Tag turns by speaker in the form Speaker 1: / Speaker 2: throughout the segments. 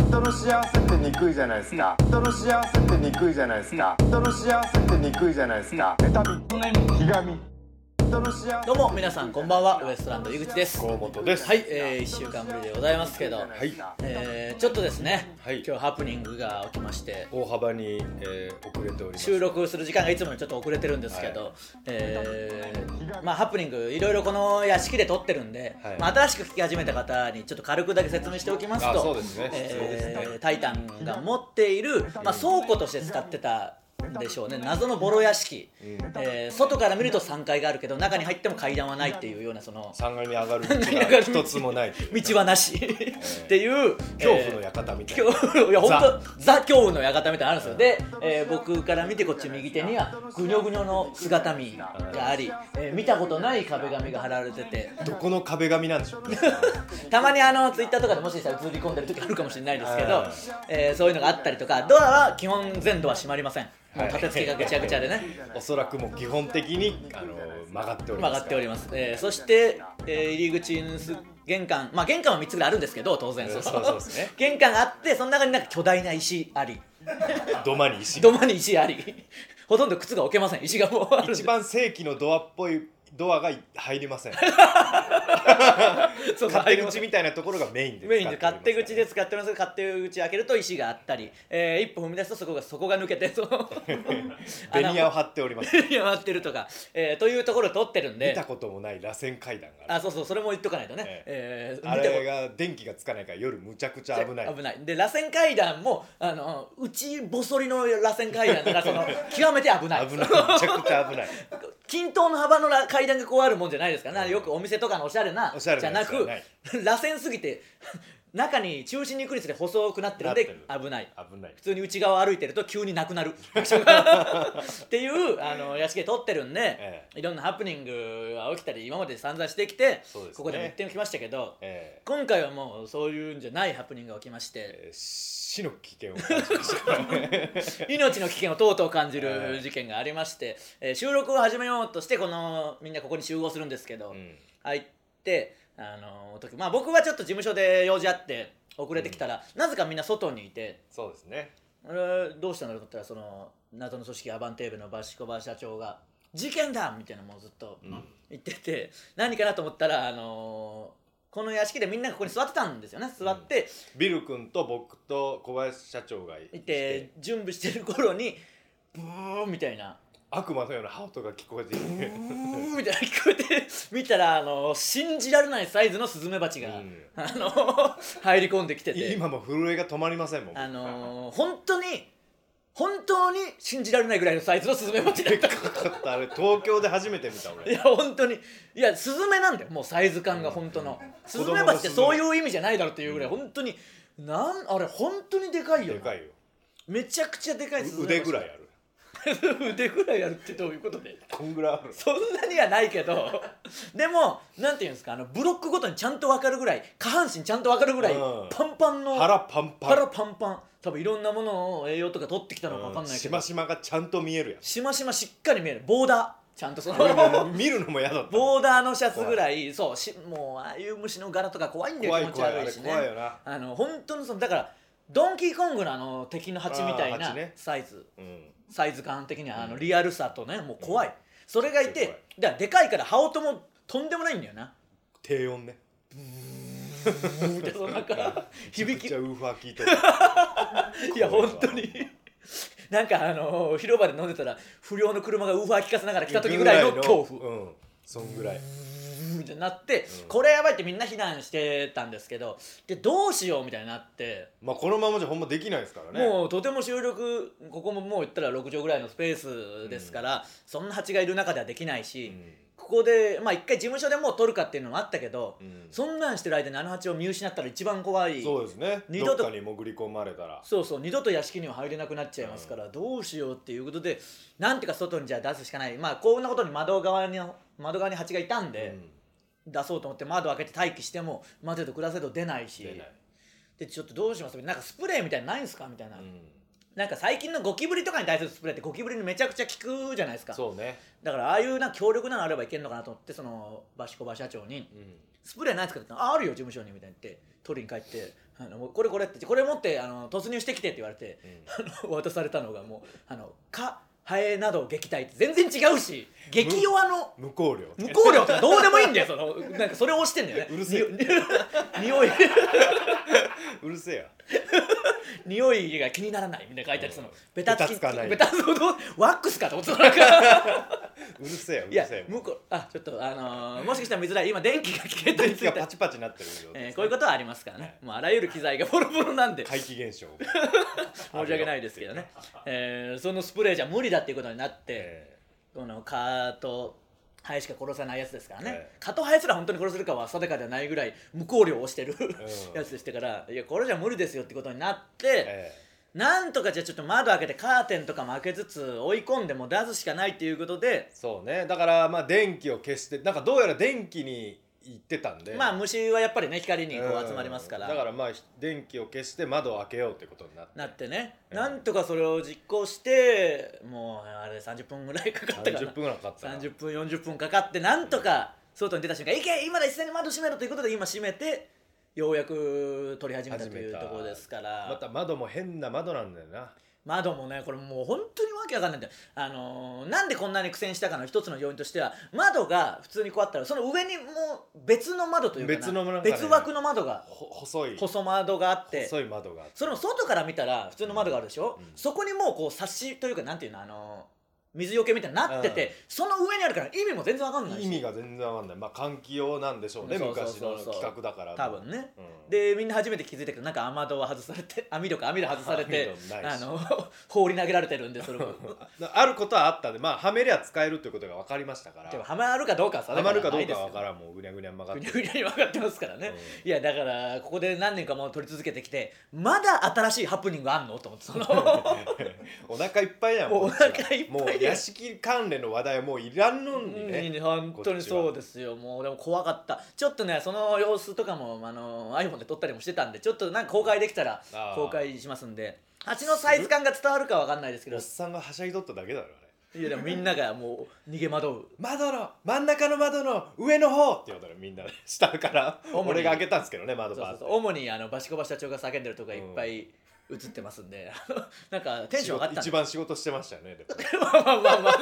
Speaker 1: 人の幸せってにくいじゃないですか人の幸せってにくいじゃないですか人の幸せってにくいじゃないですか妬みひがみ人の幸せ
Speaker 2: どうも皆さんこんばんはウエストランド井口です
Speaker 3: 河本です
Speaker 2: はい、えー、1週間ぶりでございますけど、
Speaker 3: い
Speaker 2: えー、ちょっとですね、
Speaker 3: はい
Speaker 2: 今日ハプニングが起きまして
Speaker 3: 大幅に、えー遅れております
Speaker 2: 収録する時間がいつもよりちょっと遅れてるんですけど、
Speaker 3: は
Speaker 2: えーまあ、ハプニングいろいろこの屋敷で撮ってるんで、
Speaker 3: はい
Speaker 2: まあ、新しく聞き始めた方にちょっと軽くだけ説明しておきますと
Speaker 3: あそうですね
Speaker 2: えータイタンが持っている、まあ、倉庫として使ってたんでしょうね謎のボロ屋敷、えー外から見ると3階があるけど中に入っても階段はないっていうようなその
Speaker 3: 三階に上がる道が一つも ないという
Speaker 2: 道はなしっていう
Speaker 3: 恐怖の館みたいな、
Speaker 2: 恐怖いや本当ザ恐怖の館みたいなのあるんですよで、えー僕から見てこっち右手にはぐにょぐにょの姿見があり、えー見たことない壁紙が貼られてて
Speaker 3: どこの壁紙なんでし ょうね
Speaker 2: たまにあのツイッターとかでもしかしたら映り込んでる時あるかもしれないですけど
Speaker 3: はい、
Speaker 2: えーそういうのがあったりとかドアは基本全ドア閉まりませんもう立て付けがぐちゃぐちゃでね
Speaker 3: おそらくもう基本的にあの曲がっておりま
Speaker 2: 曲
Speaker 3: す
Speaker 2: がっております、えーそして、えー入り口にす玄関まあ玄関は3つぐらいあるんですけど当然
Speaker 3: うんそうそうですね
Speaker 2: 玄関があってその中になんか巨大な石あり
Speaker 3: 土間に石
Speaker 2: 土間に石あり ほとんど靴が置けません石がもうあるんで
Speaker 3: 一番正規のドアっぽいドアが入りま せん
Speaker 2: そう
Speaker 3: 勝手口
Speaker 2: 入り
Speaker 3: みたいなところがメインで
Speaker 2: ますメインで勝手口で
Speaker 3: 使っ
Speaker 2: 使っ
Speaker 3: て
Speaker 2: てます勝手口開けると石があったり、えー一歩踏み出すとそこがそこが抜けてそ の
Speaker 3: おりますベニヤを
Speaker 2: を
Speaker 3: 張っており ます
Speaker 2: ベニヤを張ってるとか、えーというところを取ってるん
Speaker 3: 見
Speaker 2: で
Speaker 3: たこともない螺旋階段があ
Speaker 2: あ
Speaker 3: る
Speaker 2: そうそうそれも言っとかないとね、えー
Speaker 3: あ
Speaker 2: 見たこと
Speaker 3: れが電気がつかないから夜むちゃくちゃ危ない
Speaker 2: 危ないで螺旋階段もあの内細りの螺旋階段だからそ の極めて危ない
Speaker 3: 危ないむちゃくちゃ危ない
Speaker 2: 均等の幅のら階段がこうあるもんじゃないですからねよくお店とかのおしゃれな
Speaker 3: おしゃれ
Speaker 2: じ
Speaker 3: な
Speaker 2: ゃな
Speaker 3: やつ
Speaker 2: く
Speaker 3: じゃない
Speaker 2: 螺旋すぎて中に中心に行くにつれ細くなってるんで
Speaker 3: なってる
Speaker 2: 危ない
Speaker 3: 危ない
Speaker 2: 普通に内側を歩いてると急になくな る場所がっていうあの屋敷で撮ってるんで、
Speaker 3: え
Speaker 2: いろんなハプニングが起きたり今まで散々してきて、
Speaker 3: そうですね
Speaker 2: ここでも言ってきましたけど
Speaker 3: ええ
Speaker 2: 今回はもうそういうんじゃないハプニングが起きまして。
Speaker 3: えー死の危険を感じました
Speaker 2: 命の危険をとうとう感じる事件がありまして、えー収録を始めようとしてこのみんなここに集合するんですけど、
Speaker 3: うん
Speaker 2: 入ってあの時まあ僕はちょっと事務所で用事あって遅れてきたら、なぜかみんな外にいて
Speaker 3: そうですね
Speaker 2: あれどうしたのと思ったらその謎の組織アバンテーブのバシコバ社長が「事件だ!」みたいなのもうずっと
Speaker 3: うん
Speaker 2: 言ってて、何かなと思ったらあのこの屋敷でみんながここに座ってたんですよね座って、
Speaker 3: ビル君と僕と小林社長がい
Speaker 2: いて準備してる頃にブーみたいな。
Speaker 3: 悪魔のような羽音が聞こえてきて
Speaker 2: うーんみたいな聞こえて見たらあの信じられないサイズのスズメバチが、
Speaker 3: うん
Speaker 2: あの入り込んできてて
Speaker 3: 今も震えが止まりませんもん
Speaker 2: あの本当に本当に信じられないぐらいのサイズのスズメバチだっ
Speaker 3: でったかかったあれ東京で初めて見た
Speaker 2: い
Speaker 3: 俺
Speaker 2: や本当にいやスズメなんだよもうサイズ感が本当の、スズメバチって
Speaker 3: 子
Speaker 2: そ
Speaker 3: 供の
Speaker 2: う
Speaker 3: スズメ
Speaker 2: いう意味じゃないだろうっていうぐらい本当になんあれ本当にでかいよ
Speaker 3: で
Speaker 2: な
Speaker 3: かいよ
Speaker 2: めちゃくちゃでかいスズ
Speaker 3: う
Speaker 2: メバチ
Speaker 3: 腕ぐらいある
Speaker 2: 腕ぐらいあるってどういうことで
Speaker 3: こんぐらいある
Speaker 2: そんなにはないけど でもなんていうんですかあのブロックごとにちゃんと分かるぐらい下半身ちゃんと分かるぐらい、
Speaker 3: うん
Speaker 2: パンパンの
Speaker 3: 腹パンパン
Speaker 2: 腹パンパン多分いろんなものを栄養とか取ってきたのか分かんないけ
Speaker 3: し
Speaker 2: ど、
Speaker 3: ましまがちゃんと見 える
Speaker 2: しましましっかり見えるボーダーちゃんとその
Speaker 3: やん見るのも嫌だった
Speaker 2: ボーダーのシャツぐらいそうしもうああいう虫の柄とか怖いんだよ
Speaker 3: 怖い
Speaker 2: 気持ち
Speaker 3: 怖いあ
Speaker 2: 悪
Speaker 3: れ
Speaker 2: いしね
Speaker 3: 怖いよな
Speaker 2: あの本当にそのだからドンキーコングのあの敵の蜂みたい
Speaker 3: あー
Speaker 2: な
Speaker 3: 蜂ね
Speaker 2: サイズ
Speaker 3: うん
Speaker 2: サイズ感的にはあの
Speaker 3: うん
Speaker 2: リアルさとねもう怖い、それがい
Speaker 3: すごい
Speaker 2: てだからでかいから羽音もとんでもないんだよな
Speaker 3: 低音ね
Speaker 2: みたいななん か
Speaker 3: め
Speaker 2: 響
Speaker 3: っ
Speaker 2: き
Speaker 3: ちゃウーファー聞いてる
Speaker 2: いや本当になんかあのー広場で飲んでたら不良の車がウーファー聞かせながら来た時ぐらいの恐怖
Speaker 3: うんそんぐらい
Speaker 2: みたいになって、
Speaker 3: うん
Speaker 2: これやばいってみんな避難してたんですけどでどうしようみたいになって、
Speaker 3: まあこのままじゃほんまできないですからね
Speaker 2: もうとても収録ここももう言ったら6畳ぐらいのスペースですから、そんな蜂がいる中ではできないし、
Speaker 3: う
Speaker 2: ここでまあ一回事務所でもう撮るかっていうのもあったけど、
Speaker 3: んうん
Speaker 2: そんなんしてる間にあの蜂を見失ったら一番怖い
Speaker 3: そうですね
Speaker 2: 二度と
Speaker 3: どっかに潜り込まれたら
Speaker 2: そうそう二度と屋敷には入れなくなっちゃいますから、どうしようっていうことでなんてか外にじゃあ出すしかないまあこんなことに窓側に窓側に蜂がいたんで、出そうと思って窓開けて待機しても待てど暮らせど出ないし
Speaker 3: 出ない
Speaker 2: でちょっとどうしますなんかスプレーみたいなのないんすかみたいな、
Speaker 3: うん
Speaker 2: なんか最近のゴキブリとかに対するスプレーってゴキブリにめちゃくちゃ効くじゃないですか
Speaker 3: そうね
Speaker 2: だからああいうなんか強力なのあればいけるのかなと思ってそのバシコバ社長に
Speaker 3: うん
Speaker 2: スプレーないですかって言ったらああるよ事務所にみたいに言って取りに帰ってあのもうこれこれってこれ持ってあの突入してきてって言われて
Speaker 3: うん
Speaker 2: あの 渡されたのがもう「あの蚊ハエなど撃退」って全然違うし激弱の
Speaker 3: 無香料
Speaker 2: 無香料とかどうでもいいんだよそのなんかそれを押してんだよね
Speaker 3: うるせえ
Speaker 2: に匂いう
Speaker 3: るせえや
Speaker 2: 匂いが気にならないみたいな書いてあってそのベタつき
Speaker 3: ベタつかない
Speaker 2: ベタつくワックスかと思って たなんか
Speaker 3: うるせえやう
Speaker 2: い
Speaker 3: る
Speaker 2: や
Speaker 3: せえ
Speaker 2: 向こうあちょっとあのーもしかしたら見づらい今電気が消えたり
Speaker 3: 電
Speaker 2: つ
Speaker 3: 気
Speaker 2: い
Speaker 3: が
Speaker 2: た
Speaker 3: パチパチなってる状態
Speaker 2: え
Speaker 3: で
Speaker 2: ー
Speaker 3: す
Speaker 2: こういうことはありますからね、
Speaker 3: はい
Speaker 2: もうあらゆる機材がボロボロなんで
Speaker 3: 怪奇 現象
Speaker 2: 申し訳ないですけどね、えーそのスプレーじゃ無理だっていうことになって、
Speaker 3: え
Speaker 2: この蚊とハエしか殺さないやつですからね、
Speaker 3: ええ
Speaker 2: 蚊とハエすら本当に殺せるかは定かではないぐらい無効量をしてる
Speaker 3: ん
Speaker 2: やつでしたからいやこれじゃ無理ですよってことになって、
Speaker 3: ーえ
Speaker 2: なんとかじゃあちょっと窓開けてカーテンとかも開けつつ追い込んでも出すしかないっていうことで
Speaker 3: ー、そうねだからまあ電気を消してなんかどうやら電気に行ってたんで
Speaker 2: まあ
Speaker 3: あ
Speaker 2: 虫はやっぱりね光にこう集まりますから、
Speaker 3: だからまあひ電気を消して窓を開けようってことになって
Speaker 2: なってね、
Speaker 3: ええ
Speaker 2: なんとかそれを実行してもうあれ30分ぐらいかかったから
Speaker 3: 30分ぐらいかかったな
Speaker 2: 30分40分かかってなんとか外に出た瞬間「いけ今だ一斉に窓閉めろ」ということで今閉めてようやく取り始めたというところですから
Speaker 3: また窓も変な窓なんだよな
Speaker 2: 窓もねこれもう本当にわけわかんないんだよ、あのーなんでこんなに苦戦したかの一つの要因としては窓が普通にこうあったらその上にもう別の窓というかな
Speaker 3: 別のなんかね
Speaker 2: 別枠の窓が
Speaker 3: ほ細い
Speaker 2: 細窓があって
Speaker 3: 細い窓があって
Speaker 2: それも外から見たら普通の窓があるでしょ、
Speaker 3: うん
Speaker 2: そこにもうこう冊子というかなんていうのあの水よけみたいになってて、
Speaker 3: うん
Speaker 2: その上にあるから意味も全然わかんないし
Speaker 3: 意味が全然わかんないまあ換気用なんでしょうね
Speaker 2: そうそうそう
Speaker 3: 昔
Speaker 2: そう
Speaker 3: の企画だから
Speaker 2: 多分ね、
Speaker 3: うん
Speaker 2: でみんな初めて気づいたけどなんか雨戸は外されて 網戸か網戸外されて
Speaker 3: 網戸ない
Speaker 2: あ
Speaker 3: し
Speaker 2: の 放り投げられてるんでそれも
Speaker 3: な あることはあったんでまあはめりゃ使えるということが分かりましたから
Speaker 2: でもはまるかどうかは
Speaker 3: はまるかどうかは分かららんもうぐにゃぐにゃ曲が
Speaker 2: ぐ
Speaker 3: っ
Speaker 2: に
Speaker 3: て
Speaker 2: ゃぐにゃに分かってますからね、
Speaker 3: う
Speaker 2: いやだからここで何年かもう撮り続けてきてまだ新しいハプニングあんのと思ってそ の
Speaker 3: お腹いっぱ いやん
Speaker 2: もう
Speaker 3: こっちは
Speaker 2: お腹いっぱい
Speaker 3: もう屋敷関連の話題はもういらんの
Speaker 2: う
Speaker 3: に
Speaker 2: ん
Speaker 3: ね
Speaker 2: 本当にそうですよもうでも怖かったちょっとねその様子とかもあの iPhone で撮ったりもしてたんでちょっとなんか公開できたら
Speaker 3: あー
Speaker 2: 公開しますんで蜂のサイズ感が伝わるかわかんないですけ
Speaker 3: お
Speaker 2: ど
Speaker 3: っさんがはしゃぎ取っただけだろあれ
Speaker 2: いやでもみんながもう逃げ惑う
Speaker 3: 窓の真ん中の窓の上の方って言うたらみんなね下から
Speaker 2: 主に
Speaker 3: 俺が開けたんですけどね窓
Speaker 2: そう
Speaker 3: バー
Speaker 2: そう
Speaker 3: って
Speaker 2: そう主にあのバシコバ社長が叫んでるとかいっぱい映ってますんで、 あのなんかテンション上がったん
Speaker 3: 一
Speaker 2: で
Speaker 3: 番仕事してましたよねでも
Speaker 2: まあまあまあまあ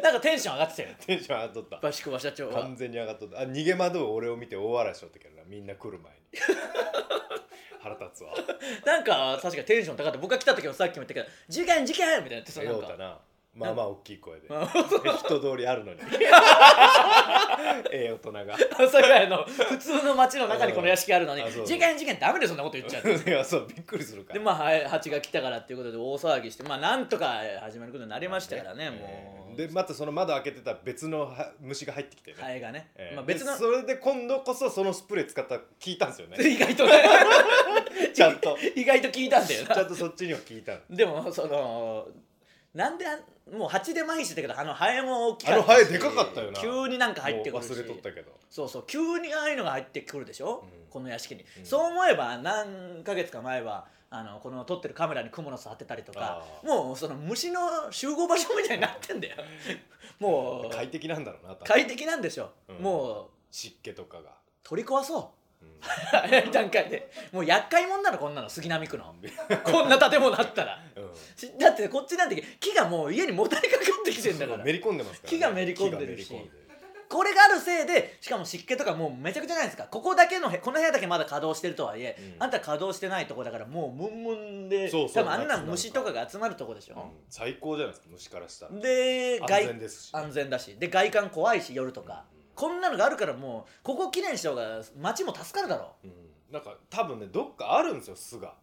Speaker 2: なんかテンション上がってたよ
Speaker 3: テンション上がっとった
Speaker 2: バシコバ社長は
Speaker 3: 完全に上がっとったあ逃げ惑う俺を見て大笑いしとったけどなみんな来る前 に腹立つわ
Speaker 2: なんか確かテンション高かった僕が来た時もさっきも言ったけど「事件事件!」みたいになってさな
Speaker 3: よ
Speaker 2: ん
Speaker 3: うた
Speaker 2: か
Speaker 3: なまあまあ大きい声で
Speaker 2: まあ
Speaker 3: 人通りある のにええ大人
Speaker 2: 阿
Speaker 3: が
Speaker 2: 佐ヶ谷の普通の街の中にこの屋敷あるのに
Speaker 3: あそうそ
Speaker 2: 「
Speaker 3: う
Speaker 2: 事件事件!」ダメでそんなこと言っちゃ って。
Speaker 3: いやそうびっくりするか
Speaker 2: で
Speaker 3: ら
Speaker 2: まあはい蜂が来たからっていうことで大騒ぎしてまあなんとか始まることになりましたからねも
Speaker 3: え
Speaker 2: う
Speaker 3: えでまたその窓開けてた別のは虫が入ってきてね、
Speaker 2: ハエがね
Speaker 3: ええ
Speaker 2: まあ
Speaker 3: で
Speaker 2: 別の
Speaker 3: それで今度こそそのスプレー使った聞いたんですよね
Speaker 2: 意外とね
Speaker 3: ちゃんと
Speaker 2: 意外と聞いたんだよ
Speaker 3: ちゃ
Speaker 2: なん
Speaker 3: とそっちには聞いたの
Speaker 2: でもそのなんであんもう蜂で麻痺してたけどあのハエも大きかったし
Speaker 3: あのハエでかかったよな
Speaker 2: 急になんか入ってく
Speaker 3: もう
Speaker 2: るし
Speaker 3: 忘れとったけど
Speaker 2: そうそう急にああいうのが入ってくるでしょ、
Speaker 3: うん
Speaker 2: この屋敷に、
Speaker 3: うん
Speaker 2: そう思えば何ヶ月か前はあのこの撮ってるカメラにクモの巣当てたりとか
Speaker 3: あー
Speaker 2: もうその虫の集合場所みたいになってんだよ も
Speaker 3: 快
Speaker 2: う
Speaker 3: 適なんだろうな多分
Speaker 2: 快適なんでしょ、
Speaker 3: うん
Speaker 2: もう
Speaker 3: 湿気とかが、
Speaker 2: 取り壊そう
Speaker 3: うん
Speaker 2: 早い段階でもう厄介者なのこんなの杉並区の こんな建物あったら
Speaker 3: うん
Speaker 2: しだってこっちなんて木がもう家にもたれかかってきてんだから
Speaker 3: めり込んでますから、
Speaker 2: 木がめり込んでるし
Speaker 3: 木がめり込んでる
Speaker 2: これがあるせいでしかも湿気とかもうめちゃくちゃじゃないですかここだけのへこの部屋だけまだ稼働してるとはいえ、
Speaker 3: うん
Speaker 2: あんた稼働してないとこだからもうムンムンで
Speaker 3: そうそ
Speaker 2: 多
Speaker 3: う
Speaker 2: 分あんな
Speaker 3: 夏なん
Speaker 2: ん
Speaker 3: か
Speaker 2: 虫とかが集まるとこでし
Speaker 3: うん
Speaker 2: ょ、
Speaker 3: 最高じゃないですか虫からしたら
Speaker 2: で外
Speaker 3: 安全ですし
Speaker 2: 安全だしで外観怖いし夜とか、
Speaker 3: うん
Speaker 2: こんなのがあるからもうここ記念した方が街も助かるだろ
Speaker 3: うんなんか多分ねどっかあるんですよ巣が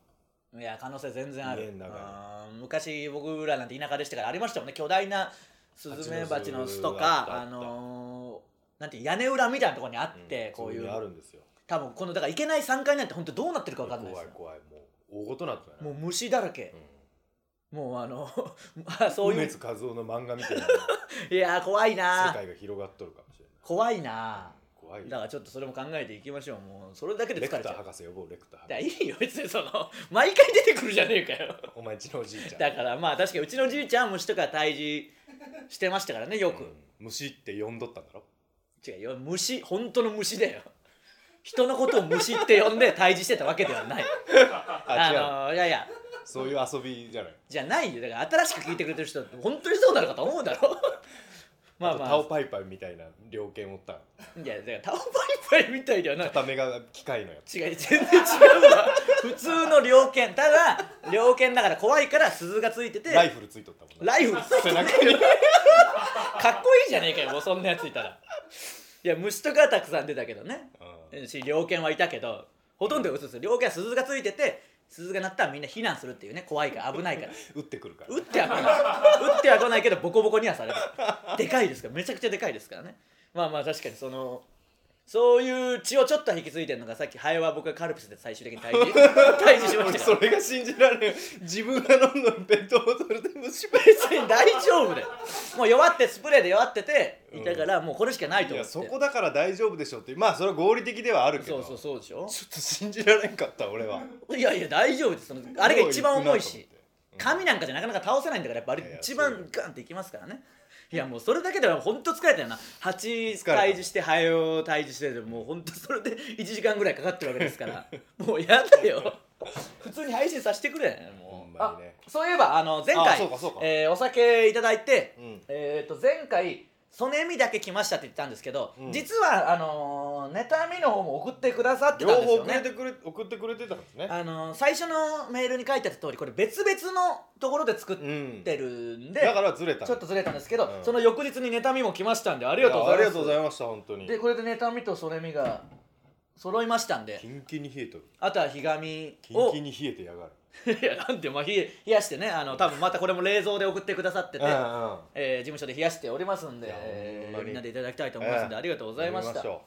Speaker 2: ういや可能性全然ある
Speaker 3: 家の中
Speaker 2: うん昔僕らなんて田舎でしたからありましたもんね巨大なスズメバチの巣とか
Speaker 3: 蜂の巣があ
Speaker 2: あ
Speaker 3: った
Speaker 2: のーなんていう屋根裏みたいなところにあって、こうい
Speaker 3: そうにあるんですよ
Speaker 2: 多分このだから行けない3階なんて本当どうなってるか分かんないです
Speaker 3: 怖い
Speaker 2: よ
Speaker 3: 怖いもう大ごとなってない
Speaker 2: もう虫だらけ
Speaker 3: う、ん
Speaker 2: もうあの あそうい
Speaker 3: 梅
Speaker 2: う
Speaker 3: 津和夫の漫画みたいない
Speaker 2: やー怖い
Speaker 3: 世
Speaker 2: なー
Speaker 3: 界が広がっとるかも しれない
Speaker 2: 怖いな
Speaker 3: 怖い
Speaker 2: ー
Speaker 3: よ
Speaker 2: だからちょっとそれも考えていきましょうもうそれだけで
Speaker 3: レ
Speaker 2: 疲
Speaker 3: ク
Speaker 2: れち
Speaker 3: ター
Speaker 2: ゃう
Speaker 3: 博士呼ぼうレクター
Speaker 2: いや
Speaker 3: 博士
Speaker 2: いいよ別にその 毎回出てくるじゃねえかよ
Speaker 3: お前ちのおじいちゃん
Speaker 2: だからまあ確かにうちのじいちゃん虫とか退治してましたからねよく、
Speaker 3: うん虫って呼んどったんだろ
Speaker 2: 違うよ虫本当の虫だよ人のことを虫って呼んで退治してたわけではない
Speaker 3: あ違う、
Speaker 2: あのいやいや
Speaker 3: そういう遊びじゃない
Speaker 2: じゃないよだから新しく聞いてくれてる人って本当にそうなのかと思 うだろまあま
Speaker 3: あと
Speaker 2: あ
Speaker 3: タオパイパイみたいな猟犬おったの
Speaker 2: いやだからタオパイパイみたいではない
Speaker 3: 片目が機械のやつ
Speaker 2: 違う全然違うわ 普通の猟犬ただ猟犬だから怖いから鈴がついてて
Speaker 3: ライフルついとったもんね
Speaker 2: ライフルついて
Speaker 3: 背
Speaker 2: る
Speaker 3: 中に
Speaker 2: かっこいいじゃねえかよもうそんなやついたらいや虫とかはたくさん出たけどね
Speaker 3: うん
Speaker 2: し猟犬はいたけどほとんど嘘です猟犬は鈴がついてて鈴が鳴ったらみんな避難するっていうね怖いから危ないから
Speaker 3: 打ってくるから
Speaker 2: 打っては来ない打っては来ないけどボコボコにはされるでかいですからめちゃくちゃでかいですからねまあまあ確かにそのそういう血をちょっと引き継いでるのがさっきハエは僕がカルピスで最終的に退 治退治しましたけ
Speaker 3: 俺 そ
Speaker 2: ど
Speaker 3: れが信じられん自分が飲んだペットボトルで虫歯
Speaker 2: 別に大丈夫だよもう弱ってスプレーで弱ってていたからもうこれしかないと
Speaker 3: い
Speaker 2: 思
Speaker 3: や
Speaker 2: って
Speaker 3: そこだから大丈夫でしょってまあそれは合理的ではあるけ
Speaker 2: そう
Speaker 3: ど
Speaker 2: そうそうでしょ
Speaker 3: ちょっと信じられんかった俺はい
Speaker 2: やいや大丈夫ですそのあれが一番重いし
Speaker 3: 神
Speaker 2: 紙なんかじゃなかなか倒せないんだからやっぱあ
Speaker 3: いやい
Speaker 2: れ
Speaker 3: や
Speaker 2: 一
Speaker 3: そう
Speaker 2: 番
Speaker 3: よ
Speaker 2: ガンっていきますからねいやもうそれだけでは本当疲れたよな蜂
Speaker 3: れた
Speaker 2: 退治してハエを退治してでもう本当それで1時間ぐらいかかってるわけですから もうやだよ普通に配信させてくれ
Speaker 3: ほ
Speaker 2: も
Speaker 3: ん
Speaker 2: う、
Speaker 3: まにね
Speaker 2: あそういえばあの前
Speaker 3: あ
Speaker 2: 回
Speaker 3: そうかそうか
Speaker 2: えーお酒いただいて、
Speaker 3: うん
Speaker 2: えっ、と前回ソネミだけ来ましたって言ったんですけど、
Speaker 3: うん
Speaker 2: 実はあのーネタミの方も送ってくださって
Speaker 3: 両
Speaker 2: たんです
Speaker 3: 方
Speaker 2: よ
Speaker 3: 送
Speaker 2: ね
Speaker 3: れてくれ送ってくれてたんですね
Speaker 2: あの最初のメールに書いてあった通りこれ別々のところで作っ
Speaker 3: うん
Speaker 2: てるんで、
Speaker 3: だからずれた
Speaker 2: ちょっとずれたんですけど、
Speaker 3: うん
Speaker 2: その翌日に妬みも来ましたんであ
Speaker 3: あ
Speaker 2: りがとうございます
Speaker 3: ありがとうございました本当に
Speaker 2: でこれで妬みとそれみが揃いましたんで
Speaker 3: キンキンに冷えとる
Speaker 2: あとはひがみ
Speaker 3: キン
Speaker 2: を
Speaker 3: キンに冷えてやがる
Speaker 2: いやなんてまあ冷え冷やしてねあの多分またこれも冷蔵で送ってくださってて、
Speaker 3: うんうん
Speaker 2: えー事務所で冷やしておりますんで
Speaker 3: いや
Speaker 2: え
Speaker 3: ほんま
Speaker 2: ー
Speaker 3: に
Speaker 2: みんなでいただきたいと思いますんで、
Speaker 3: ええ
Speaker 2: ありがとうございました
Speaker 3: やりょ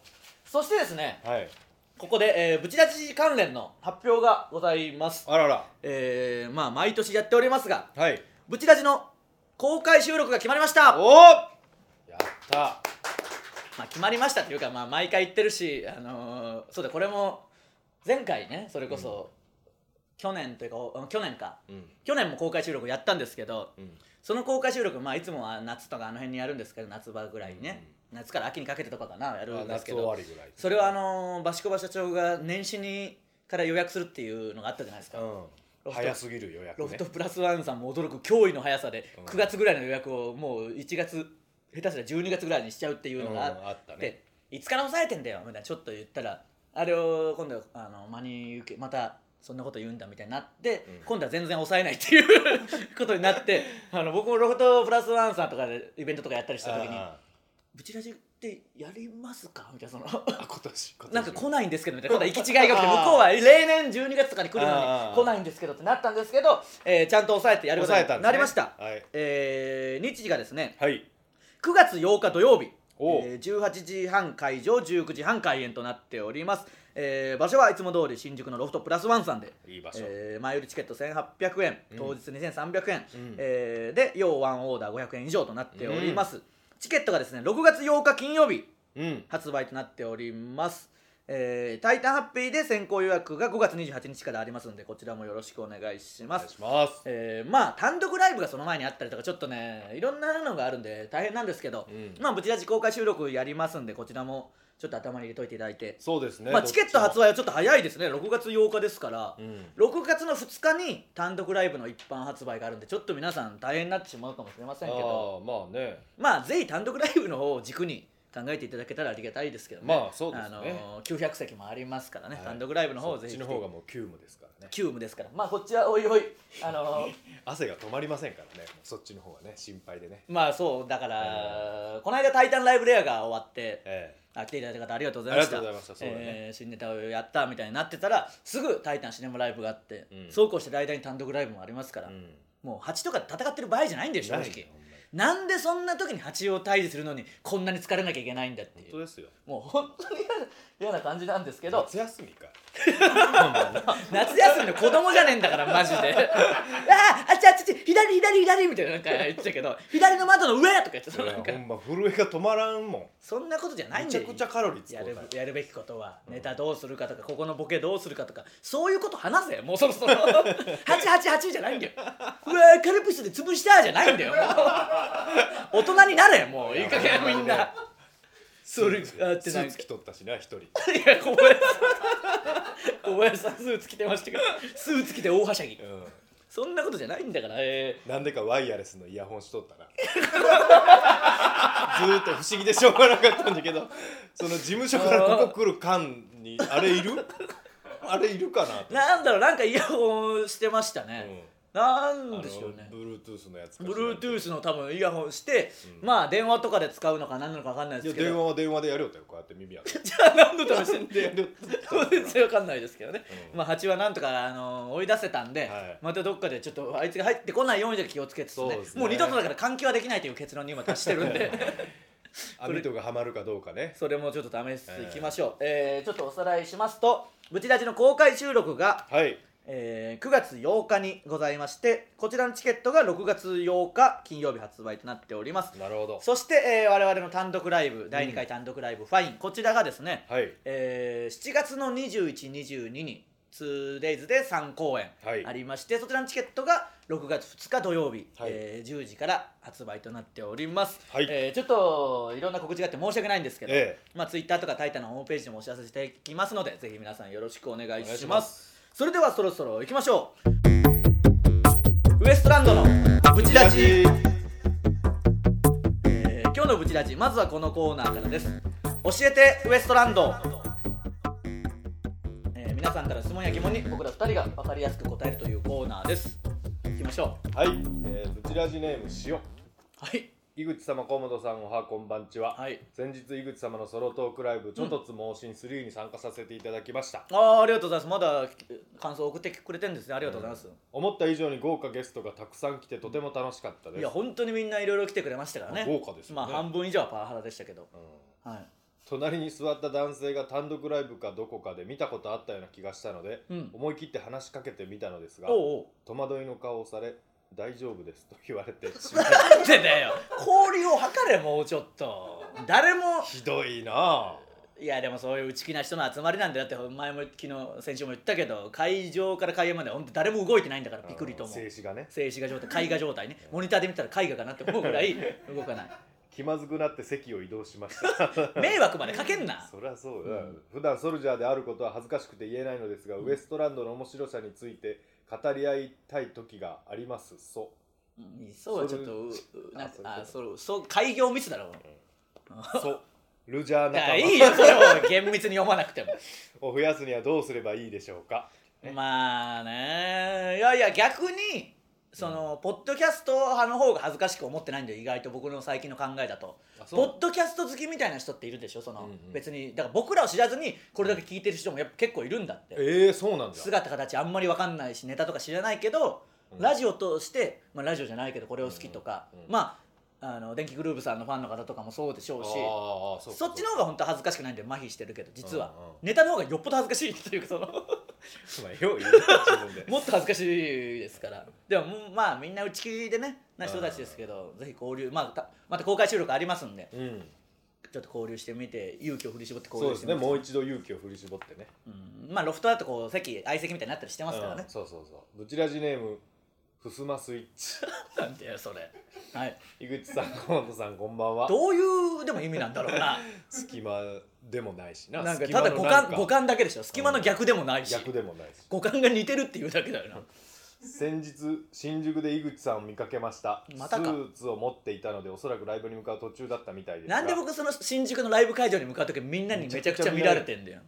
Speaker 2: そしてですね
Speaker 3: うはい
Speaker 2: ここで、えーブチラジ関連の発表がございます
Speaker 3: あらら
Speaker 2: えーまあ毎年やっておりますが
Speaker 3: はい
Speaker 2: ブチラジの公開収録が決まりました
Speaker 3: おおやった
Speaker 2: まあ、決まりましたっていうか、まあ、毎回言ってるし、あのーそうだこれも前回ねそれこそ、去年というかお去年か
Speaker 3: うん
Speaker 2: 去年も公開収録やったんですけど
Speaker 3: うん
Speaker 2: その公開収録、まあ、いつもは夏とかあの辺にやるんですけど夏場ぐらいにね、夏から秋にかけてとかかなやるんですけ
Speaker 3: 夏終
Speaker 2: ど
Speaker 3: わりぐらい
Speaker 2: それはあのーバシコバ社長が年始にから予約するっていうのがあったじゃないですか、
Speaker 3: うん早すぎる予約
Speaker 2: ロフ
Speaker 3: ね
Speaker 2: トプラスワンさんも驚く驚異の速さで
Speaker 3: うん
Speaker 2: 9月ぐらいの予約をもう1月下手すら12月ぐらいにしちゃうっていうのがあ
Speaker 3: うんあったね
Speaker 2: っていつから抑えてんだよみたいなちょっと言ったらあれを今度あの真に受けまたそんなこと言うんだみたいになって、
Speaker 3: うん
Speaker 2: 今度は全然抑えないっていう ことになってあの僕もロフトプラスワンさんとかでイベントとかやったりした時に
Speaker 3: あ
Speaker 2: 「ブチラジってやりますか?」みたいなその。
Speaker 3: ああ今年今年
Speaker 2: なんか来ないんですけどみたいな今度は行き違いが起きて
Speaker 3: あ
Speaker 2: 向
Speaker 3: ー
Speaker 2: こうは例年12月とかに来るの
Speaker 3: あ
Speaker 2: に
Speaker 3: ー
Speaker 2: 来ないんですけどってなったんですけど、えーちゃんと抑えてやること
Speaker 3: 抑えたんです
Speaker 2: にな
Speaker 3: ね
Speaker 2: りました
Speaker 3: はい
Speaker 2: えー日時がですね
Speaker 3: はい
Speaker 2: 9月8日土曜日、
Speaker 3: おう
Speaker 2: えー18時半開場19時半開演となっております、えー場所はいつも通り新宿のロフトプラスワンさんで
Speaker 3: いい場所
Speaker 2: えー前売りチケット1800円
Speaker 3: うん
Speaker 2: 当日2300円、
Speaker 3: うん
Speaker 2: えーで要ワンオーダー500円以上となっております、チケットがですね6月8日金曜日
Speaker 3: うん
Speaker 2: 発売となっております、えータイタンハッピーで先行予約が5月28日からありますのでこちらもよろしくお願いし
Speaker 3: お
Speaker 2: ま
Speaker 3: 願い
Speaker 2: す
Speaker 3: します
Speaker 2: えーまあ単独ライブがその前にあったりとかちょっとねいろんなのがあるんで大変なんですけど、
Speaker 3: うん
Speaker 2: まあブチラジ公開収録やりますんでこちらもちょっと頭に入れといていただいて、
Speaker 3: そうですね
Speaker 2: まあチケット発
Speaker 3: 売
Speaker 2: 売はちょっと早いですね6月8日ですから、
Speaker 3: うん
Speaker 2: 6月の2日に単独ライブの一般発売があるんでちょっと皆さん大変になってしまうかもしれませんけど
Speaker 3: ああまあね
Speaker 2: まあぜひ単独ライブの方を軸に考えていただけたらありがたいですけどね、
Speaker 3: まあそうです
Speaker 2: あ
Speaker 3: ね
Speaker 2: のー900席もありますからね、
Speaker 3: はい
Speaker 2: 単独ライブの方を
Speaker 3: そ
Speaker 2: ぜ
Speaker 3: っ
Speaker 2: ひ
Speaker 3: ち
Speaker 2: 来て
Speaker 3: の方がもう急務ですからね
Speaker 2: 急務ですからまあこっちはおいおいあのー
Speaker 3: 汗が止まりませんからねもうそっちの方がね心配でね
Speaker 2: まあそうだから、この間「タイタンライブレア」が終わって
Speaker 3: え
Speaker 2: あ来ていただいた方ありがとうございました
Speaker 3: ありがとうございましたそうだね
Speaker 2: えー新ネタをやったみたいになってたらすぐ「タイタンシネマライブ」があって、
Speaker 3: うん
Speaker 2: そうこうしてる間に単独ライブもありますから、
Speaker 3: えうん
Speaker 2: もう蜂とか戦ってる場合じゃないんだよ正
Speaker 3: ない
Speaker 2: 直
Speaker 3: よほんまに
Speaker 2: なんでそんな時に蜂を退治するのにこんなに疲れなきゃいけないんだって
Speaker 3: 本
Speaker 2: い
Speaker 3: 当
Speaker 2: う
Speaker 3: ですよ
Speaker 2: もう本当に嫌な嫌な感じなんですけ ど
Speaker 3: 夏休みか
Speaker 2: 夏休みの子供じゃねえんだからマ ジであああっちあっちあっち左左左みたいななんか言ってたけど左の窓の上とか言ってた
Speaker 3: いや
Speaker 2: なんか
Speaker 3: ほんま震えが止まらんも
Speaker 2: そんなことじゃなんいん
Speaker 3: め
Speaker 2: だ
Speaker 3: ちゃ
Speaker 2: よ
Speaker 3: くちゃカロリー使
Speaker 2: や
Speaker 3: うた
Speaker 2: る
Speaker 3: よ
Speaker 2: やるべきことはネタどうするかとかここのボケどうするかとかそういうこと話せよもうそろそろ888じゃないんだようわーカルピスで潰したじゃないんだよもう大人になれもういい加減みんなそれあって
Speaker 3: ス
Speaker 2: な
Speaker 3: ー
Speaker 2: んか
Speaker 3: ツ着とったしな一人
Speaker 2: いや小林さん小林さんスーツ着てましたけどスーツ着て大はしゃぎ
Speaker 3: うん
Speaker 2: そんなことじゃないんだからえ
Speaker 3: なんでかワイヤレスのイヤホンしとった なずーっと不思議でしょうがなかったんだけどその事務所からここ来る間にあれいる あれいるかな
Speaker 2: ー
Speaker 3: と
Speaker 2: なんだろうなんかイヤホンしてましたね、なんでしょうね
Speaker 3: ブルートゥースのやつか知らんけど
Speaker 2: Bluetooth の多分イヤホンして、まあ電話とかで使うのか何なのか分かんない
Speaker 3: い
Speaker 2: で
Speaker 3: や
Speaker 2: すけど
Speaker 3: 電話は電話でやりよったよこうやって耳やっ て
Speaker 2: じゃあ何のためにしてん の
Speaker 3: でやりよったから
Speaker 2: 全然わかんないですけどね、
Speaker 3: うん
Speaker 2: まあ蜂はなんとか、あのー追い出せたんで、
Speaker 3: はい
Speaker 2: またどっかでちょっとあいつが入ってこないようにだけ気をつけて、
Speaker 3: そうですね
Speaker 2: もう二度とだから換気はできないという結論に今達してるんで
Speaker 3: 網戸がはまるかどうかね
Speaker 2: それもちょっと試していきましょう、えーちょっとおさらいしますと「ブチラジ」の公開収録が、
Speaker 3: はい
Speaker 2: えー9月8日にございましてこちらのチケットが6月8日金曜日発売となっております
Speaker 3: なるほど
Speaker 2: そして、えー我々の単独ライブ第2回単独ライブ、ファインこちらがですね、
Speaker 3: はい
Speaker 2: えー7月の2122に 2days で3公演
Speaker 3: はい
Speaker 2: ありまして、そちらのチケットが6月2日土曜日、
Speaker 3: はい
Speaker 2: えー10時から発売となっております、
Speaker 3: はい
Speaker 2: えーちょっといろんな告知があって申し訳ないんですけど、
Speaker 3: ええ
Speaker 2: まあ、Twitter とかタイタンのホームページでもお知らせしていきますのでぜひ皆さんよろしくお願いします
Speaker 3: お願いします
Speaker 2: それではそろそろ行きましょうウエストランドのブチラジえー今日のブチラジまずはこのコーナーからです教えてウエストランド、えー皆さんから質問や疑問に僕ら2人が分かりやすく答えるというコーナーですいきましょう
Speaker 3: はい、えー、ブチラジネーム塩
Speaker 2: はい
Speaker 3: 井口様河本さんおはこんばんちは、
Speaker 2: はい
Speaker 3: 先日井口様のソロトークライブ「ちょとつ猛進3」に参加させていただきました、
Speaker 2: あーありがとうございますまだえー感想を送ってくれてるんですねありがとうございます、
Speaker 3: 思った以上に豪華ゲストがたくさん来てとても楽しかったです
Speaker 2: いや本当にみんないろいろ来てくれましたからね
Speaker 3: 豪華ですよね
Speaker 2: まあ半分以上はパワハラでしたけど、
Speaker 3: うん
Speaker 2: はい
Speaker 3: 隣に座った男性が単独ライブかどこかで見たことあったような気がしたので、
Speaker 2: うん
Speaker 3: 思い切って話しかけてみたのですが
Speaker 2: おうおう
Speaker 3: 戸惑いの顔をされ「大丈夫です」と言われ てしまい
Speaker 2: なんでだよ交流を図れもうちょっと誰も
Speaker 3: ひどい なあ
Speaker 2: いやでもそういう内気な人の集まりなんでだって前も昨日先週も言ったけど会場から開演まで本当誰も動いてないんだからピクリとも
Speaker 3: 静止がね
Speaker 2: 静止画状態絵画状態ね モニターで見たら絵画かなって思うぐらい動かない
Speaker 3: 気まずくなって席を移動しました
Speaker 2: 迷惑までかけんな
Speaker 3: そりゃそうだ、普段ソルジャーであることは恥ずかしくて言えないのですが、ウエストランドの面白さについて語り合いたい時があり ますそ
Speaker 2: うんそうはちょっとううなんか
Speaker 3: あ
Speaker 2: あそうそう開業ミスだろ
Speaker 3: うそルジャー
Speaker 2: だからい
Speaker 3: 仲
Speaker 2: い よそれを厳密に読まなくても
Speaker 3: 間を増やすにはどうすればいいでしょうか
Speaker 2: まあねいやいや逆にその、ポッドキャスト派の方が恥ずかしく思ってないんだよ意外と僕の最近の考えだと
Speaker 3: あそう
Speaker 2: ポッドキャスト好きみたいな人っているでしょその、
Speaker 3: うんうん
Speaker 2: 別にだから僕らを知らずにこれだけ聞いてる人もやっぱ結構いるんだって
Speaker 3: ええそうなんだ
Speaker 2: 姿形あんまり分かんないしネタとか知らないけど、
Speaker 3: うん
Speaker 2: ラジオとして、まあ、ラジオじゃないけどこれを好きとか、
Speaker 3: うんうん
Speaker 2: まああの電気グルーヴさんのファンの方とかもそうでしょうし
Speaker 3: ああそうか
Speaker 2: そっちの
Speaker 3: う
Speaker 2: 方が本当恥ずかしくないんで麻痺してるけど実は、
Speaker 3: うんうん
Speaker 2: ネタの方がよっぽど恥ずかしいっていう かその。
Speaker 3: かまあよう言うな自 分で
Speaker 2: もっと恥ずかしいですからでももうまあみんな打ち切りでねな人たちですけどぜひ交流、まあ、たまた公開収録ありますんで
Speaker 3: うん
Speaker 2: ちょっと交流してみて勇気を振り絞って
Speaker 3: そう
Speaker 2: 交流し
Speaker 3: です
Speaker 2: てみ
Speaker 3: ね
Speaker 2: て
Speaker 3: もう一度勇気を振り絞ってね
Speaker 2: うんまあロフトだとこう席相席みたいになったりしてますからね
Speaker 3: うん、そうそうそうブチラジネームふすまスイッ チ
Speaker 2: なんだよそれ、はい、
Speaker 3: 井口さん河本さんこんばんは
Speaker 2: どういうでも意味なんだろうな
Speaker 3: 隙間でもないしな
Speaker 2: なんか
Speaker 3: 隙間
Speaker 2: ただ
Speaker 3: の
Speaker 2: 五
Speaker 3: なん
Speaker 2: 感
Speaker 3: か
Speaker 2: 五感だけでしょ隙間の逆でもないし、
Speaker 3: 逆でもないし
Speaker 2: 五感が似てるっていうだけだよな
Speaker 3: 先日新宿で井口さんを見かけました
Speaker 2: またか
Speaker 3: スーツを持っていたのでおそらくライブに向かう途中だったみたいですが
Speaker 2: なんで僕その新宿のライブ会場に向かう時みんなにめちゃくちゃ見られてんだよ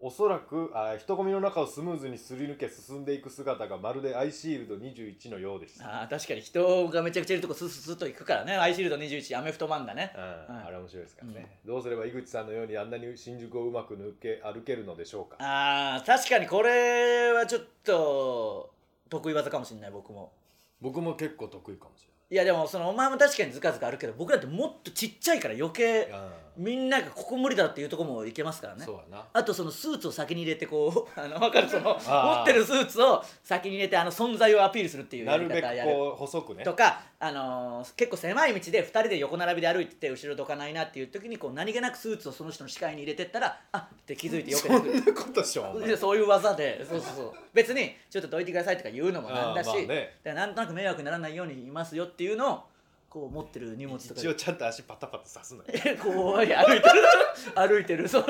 Speaker 3: おそらくあ人混みの中をスムーズにすり抜け進んでいく姿がまるでアイシールド21のようでした
Speaker 2: あー確かに人がめちゃくちゃいるとこスースースーっと行くからねアイシールド21アメフト漫画ね
Speaker 3: うん
Speaker 2: はい
Speaker 3: あれ面白いですからね、どうすれば井口さんのようにあんなに新宿をうまく抜け歩けるのでしょうか
Speaker 2: あー確かにこれはちょっと得意技かもしれない僕も
Speaker 3: 僕も結構得意かもし
Speaker 2: いやでもそのお前も確かにずかずかあるけど僕だってもっとちっちゃいから余計
Speaker 3: ない、
Speaker 2: みんながここ無理だっていうとこもいけますからね
Speaker 3: そうやな
Speaker 2: あとそのスーツを先に入れてこう あの分かるその持
Speaker 3: ー
Speaker 2: ってるスーツを先に入れてあの存在をアピールするっていう
Speaker 3: な
Speaker 2: やり
Speaker 3: るべ
Speaker 2: 方
Speaker 3: く
Speaker 2: やる
Speaker 3: こう細くね
Speaker 2: とか、あのー結構狭い道で2人で横並びで歩いてて後ろどかないなっていう時にこう何気なくスーツをその人の視界に入れてったらあって気づいてよけて
Speaker 3: そ
Speaker 2: くる
Speaker 3: んなことしょお前
Speaker 2: でそういう技でそうそうそう別にちょっとどいてくださいとか言うのもなんだし、
Speaker 3: あーまあね
Speaker 2: だからなんとなく迷惑にならないようにいますよっていうのをこう持ってる荷物とか
Speaker 3: 一応ちゃんと足パタパタさすなよ
Speaker 2: で こう歩いてる 歩いてるその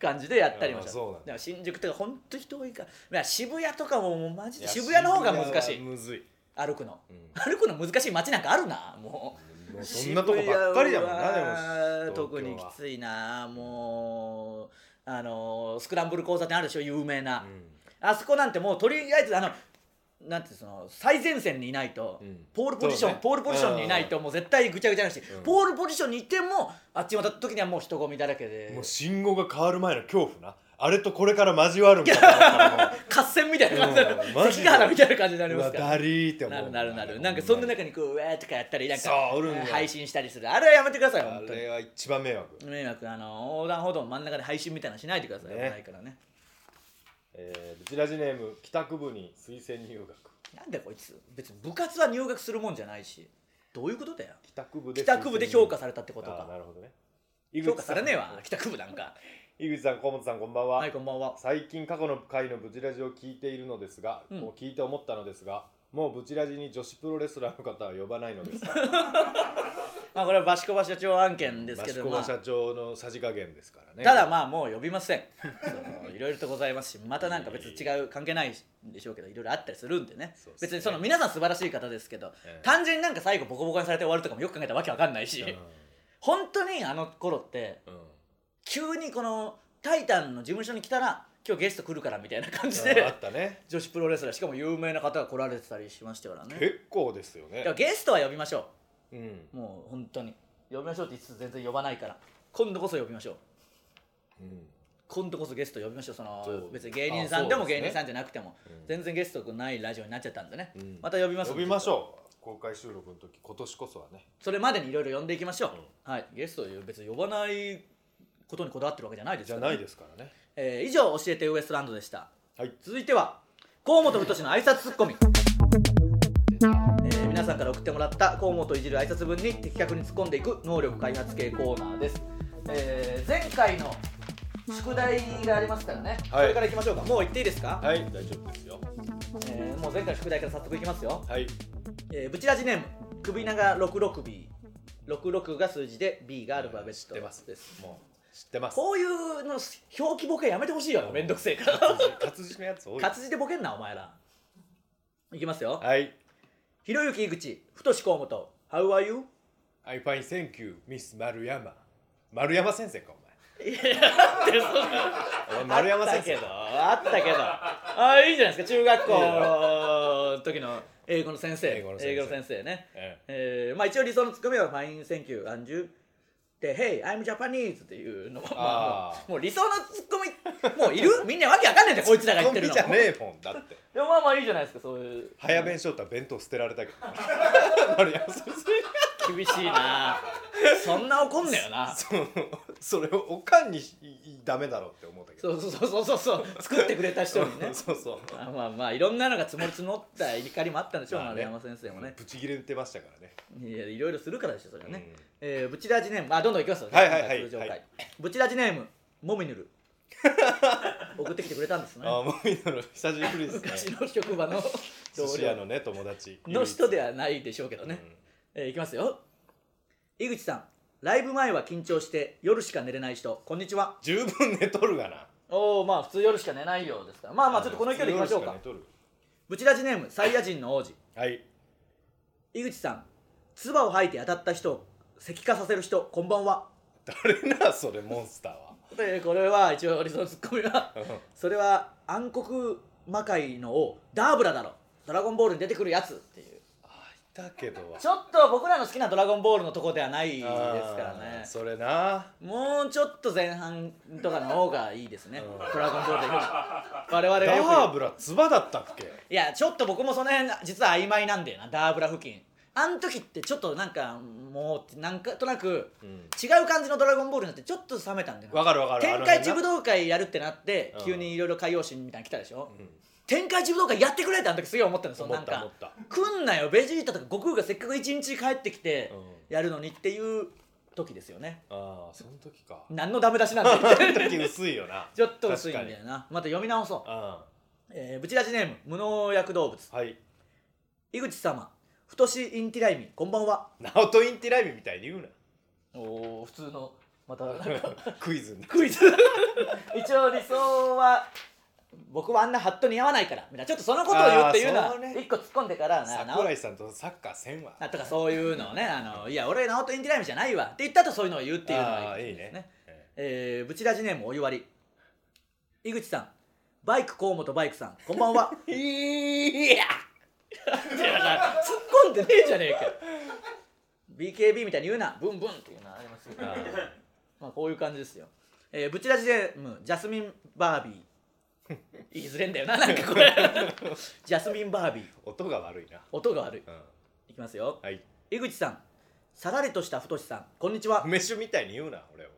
Speaker 2: 感じでやったりもした
Speaker 3: あーそうなんだ
Speaker 2: でも新宿とか本当人多いからいや渋谷とかももうマジで渋谷の方が難し
Speaker 3: 渋
Speaker 2: い
Speaker 3: 谷はむずい、
Speaker 2: 歩くの
Speaker 3: うん
Speaker 2: 歩くの難しい街なんかあるなも
Speaker 3: も
Speaker 2: う
Speaker 3: うそんなとこばっかりやもんなでも
Speaker 2: でも特にき
Speaker 3: 東京は
Speaker 2: ついなもうあのスクランブル交差点あるでしょ有名な、あそこなんてもうとりあえずあのなんていうのその最前線にいないと、
Speaker 3: うん
Speaker 2: ポールポジション、
Speaker 3: そうね
Speaker 2: ポールポジションにいないともう絶対ぐちゃぐちゃだし、
Speaker 3: うん
Speaker 2: ポールポジションにいてもあっち渡った時にはもう人混みだらけ
Speaker 3: う
Speaker 2: で
Speaker 3: んもう信号が変わる前の恐怖なあれとこれから交わるんかと思ったらもう
Speaker 2: 合戦みたいな感じになる
Speaker 3: うんマジ
Speaker 2: 関
Speaker 3: で
Speaker 2: ヶ原みたいな感じになり
Speaker 3: う
Speaker 2: ま
Speaker 3: わ
Speaker 2: すから。
Speaker 3: だりーって思
Speaker 2: な
Speaker 3: う
Speaker 2: るなるなるなんかそんな中にこううわーとかやったりなんか
Speaker 3: そうおるんや
Speaker 2: 配信したりするあれはやめてください
Speaker 3: あ
Speaker 2: 本当に
Speaker 3: れは一番迷惑、
Speaker 2: 迷惑あの横断歩道の真ん中で配信みたいなのしないでください、
Speaker 3: ね
Speaker 2: 危ないからね
Speaker 3: えー、ブチラジネーム帰宅部に推薦入学
Speaker 2: なんだよこいつ別に部活は入学するもんじゃないしどういうことだよ
Speaker 3: 帰宅部で
Speaker 2: 帰宅部で評価さ
Speaker 3: れ
Speaker 2: れたってこと
Speaker 3: あーな
Speaker 2: か
Speaker 3: るほどね井
Speaker 2: 評価されねえわ
Speaker 3: ん
Speaker 2: 帰宅部なんか
Speaker 3: 井口さん河本さんこんばんは、
Speaker 2: はいこんばんは
Speaker 3: 最近過去の回のブチラジを聞いているのですが、
Speaker 2: うん
Speaker 3: こう聞いて思ったのですがもうブチラジに女子プロレスラーの方は呼ばないのです
Speaker 2: まあこれはバシコバ社長案件ですけど
Speaker 3: 益子
Speaker 2: ま
Speaker 3: が
Speaker 2: あ
Speaker 3: 社長のさじ加減ですからね
Speaker 2: ただまあもう呼びませ んそのいろいろとございますしまたなんか別に違う関係ないんでしょうけどいろいろあったりするんでね
Speaker 3: そうですね
Speaker 2: 別にその皆さん素晴らしい方ですけど、
Speaker 3: ええ
Speaker 2: 単純になんか最後ボコボコにされて終わるとかもよく考えたらわけわかんないし、本当にあの頃って
Speaker 3: うんうん
Speaker 2: 急にこの「タイタン」の事務所に来たら今日ゲスト来るからみたいな感じ
Speaker 3: ああ
Speaker 2: で
Speaker 3: ったね
Speaker 2: 女子プロレスラーしかも有名な方が来られてたりしましたからね
Speaker 3: 結構ですよ
Speaker 2: だ
Speaker 3: ね
Speaker 2: からゲストは呼びましょ
Speaker 3: うん
Speaker 2: うもう本当に呼びましょうって言いつつ全然呼ばないから今度こそ呼びましょう
Speaker 3: うん
Speaker 2: 今度こそゲスト呼びましょうその
Speaker 3: そう
Speaker 2: 別に芸人さんでも
Speaker 3: あそうで
Speaker 2: 芸
Speaker 3: すね
Speaker 2: 人さんじゃなくても、
Speaker 3: うん
Speaker 2: 全然ゲストないラジオになっちゃったんでね、
Speaker 3: うん
Speaker 2: また呼びます
Speaker 3: 呼びまし
Speaker 2: う
Speaker 3: ょう公開収録の時今年こそはね
Speaker 2: それまでにいろいろ呼んでいきましょう、はいゲストを別に呼ばないことにこだわってるわけじゃないです
Speaker 3: じゃ
Speaker 2: から
Speaker 3: ない
Speaker 2: ね
Speaker 3: ですからね
Speaker 2: えー以上教えてウエストランドでした
Speaker 3: はい
Speaker 2: 続いては河本太の挨拶ツッコミ、えー皆さんから送ってもらった河本いじる挨拶文に的確に突っ込んでいく能力開発系コーナーです、えー前回の宿題がありますからね、
Speaker 3: は
Speaker 2: そ
Speaker 3: い
Speaker 2: れからいきましょうかもう行っていいですか、
Speaker 3: はい大丈夫ですよ
Speaker 2: えーもう前回の宿題から早速いきますよ、
Speaker 3: はい
Speaker 2: えーブチラジネーム首長66 b 66が数字で B がアルファベット
Speaker 3: 出ます
Speaker 2: です
Speaker 3: もう知ってます
Speaker 2: こういうの表記ボケやめてほしいよなめんどくせえから
Speaker 3: 活字活字のやつ多い
Speaker 2: 活字でボケんなお前らいきますよ
Speaker 3: はい
Speaker 2: ひろゆき井口太志河本 How are you?
Speaker 3: I fine thank you Miss 丸山丸山先生かお
Speaker 2: いやってそんな
Speaker 3: 前お前丸山
Speaker 2: あった
Speaker 3: 先
Speaker 2: け
Speaker 3: 生
Speaker 2: どあったけどああいいじゃないですか中学校の時の英語の先生
Speaker 3: 英語の先生
Speaker 2: 英語の先生ね
Speaker 3: え
Speaker 2: えーまあ一応理想のツッコミは「Fine, thank you, and you」で「Hey, I'm Japanese」っていうのもまあ
Speaker 3: あ
Speaker 2: も
Speaker 3: ー
Speaker 2: うもう理想のツッコミもういるみんなわけわかんないんだよこいつらが言
Speaker 3: コ
Speaker 2: って
Speaker 3: ン
Speaker 2: る
Speaker 3: ビ
Speaker 2: の
Speaker 3: じゃねえもんだって
Speaker 2: でもまあまあいいじゃないですかそういう
Speaker 3: 早弁翔太弁当捨てられたけど丸山先
Speaker 2: 厳しいなそんな怒んねよな
Speaker 3: 生 そうそれをおかんにいいダメだろうって思ったけど
Speaker 2: そうそうそうそうそう作ってくれた人にね
Speaker 3: そうそう
Speaker 2: あまあまあいろんなのが積もり積もった怒りもあったんでしょう、
Speaker 3: まあ
Speaker 2: 丸
Speaker 3: ね
Speaker 2: 山先生もね
Speaker 3: ブチ切れてましたからね
Speaker 2: いやいろいろするからでしょそれはね、
Speaker 3: うん
Speaker 2: えーブチラジネームあどんどんいきますよ、
Speaker 3: はいはいはい
Speaker 2: 通常回
Speaker 3: はい
Speaker 2: ブチラジネームもみぬる送ってきてくれたんですね
Speaker 3: あもういいの久しぶりです
Speaker 2: 昔
Speaker 3: ね
Speaker 2: の職場の
Speaker 3: 寿
Speaker 2: 同
Speaker 3: 司屋
Speaker 2: 僚
Speaker 3: のね友達
Speaker 2: の人で
Speaker 3: あ
Speaker 2: はないでしょうけどね、えーいきますよ井口さんライブ前は緊張して夜しか寝れない人こんにちは
Speaker 3: 十分寝とるがな
Speaker 2: おおまあ普通夜しか寝ないようですからまあまあちょっとこの勢いでいきましょうか
Speaker 3: 寝とる
Speaker 2: ブチラジネームサイヤ人の王子
Speaker 3: はい
Speaker 2: 井口さん唾を吐いて当たった人を石化させる人こんばんは
Speaker 3: 誰なそれモンスターは
Speaker 2: でこれは一応理想のツッコミは
Speaker 3: うん
Speaker 2: それは暗黒魔界の王ダーブラだろドラゴンボールに出てくるやつっていう
Speaker 3: あいたけ どは
Speaker 2: ちょっと僕らの好きなドラゴンボールのとこではないですから
Speaker 3: あー
Speaker 2: ね
Speaker 3: それな
Speaker 2: もうちょっと前半とかの方がいいですねドラゴンボールで言う 我々が
Speaker 3: ダ
Speaker 2: よく
Speaker 3: ーブラツバだったっけ
Speaker 2: いやちょっと僕もその辺実は曖昧なんだよなダーブラ付近あん時ってちょっとなんかもうなんかとなく
Speaker 3: うん
Speaker 2: 違う感じの「ドラゴンボール」になってちょっと冷めたんだよな
Speaker 3: わかるわかる
Speaker 2: 天下一
Speaker 3: あ
Speaker 2: 武
Speaker 3: の辺な
Speaker 2: 道会やるってなって
Speaker 3: うん
Speaker 2: 急にいろいろ海洋神みたいに来たでしょ、
Speaker 3: うん
Speaker 2: 天下一武道会やってくれってあの時すげえ思ったのその
Speaker 3: 思
Speaker 2: な
Speaker 3: っ
Speaker 2: ん
Speaker 3: た思
Speaker 2: か
Speaker 3: った
Speaker 2: 来んなよベジータとか悟空がせっかく一日帰ってきて
Speaker 3: うん
Speaker 2: やるのにっていう時ですよね
Speaker 3: ああその時か
Speaker 2: 何のダメ出しなんだよ
Speaker 3: その時薄いよな
Speaker 2: ちょっと薄いんだ
Speaker 3: 確か
Speaker 2: よなまた読み直そう
Speaker 3: にうん
Speaker 2: えーブチラジネーム無農薬動物
Speaker 3: はい
Speaker 2: 井口様太しインティライミンこんばんは
Speaker 3: ナオトインティライミみたいに言う
Speaker 2: おお普通のまたなんか
Speaker 3: な クイズに
Speaker 2: クイズ 一応理想は僕はあんなハット似合わないからみたいなちょっとそのことを言うっていうの
Speaker 3: あー
Speaker 2: は
Speaker 3: そうね
Speaker 2: 一個突っ込んでからななお
Speaker 3: 桜井さんとサッカーせんわ
Speaker 2: あとかそういうのをねあのいや俺ナオトインティライミじゃないわって言ったとそういうのを言うっていうの
Speaker 3: あ
Speaker 2: が
Speaker 3: ー
Speaker 2: いい
Speaker 3: いい
Speaker 2: です
Speaker 3: ね
Speaker 2: ねえー、ブチラジネームお湯割り井口さんバイク河本バイクさんこんばん はいやいやだから突っ込んでねえじゃねえかよ BKB みたいに言うなブンブンっていうのありますけどまあこういう感じですよ、えー、ブチラジネームジャスミンバービー 言いづれんだよななんかこ れジャスミンバービー
Speaker 3: 音が悪いな
Speaker 2: 音が悪い
Speaker 3: うん
Speaker 2: いきますよ
Speaker 3: はい
Speaker 2: 井口さんさらりとした太さんこんにちは
Speaker 3: 梅酒みたいに言うな俺を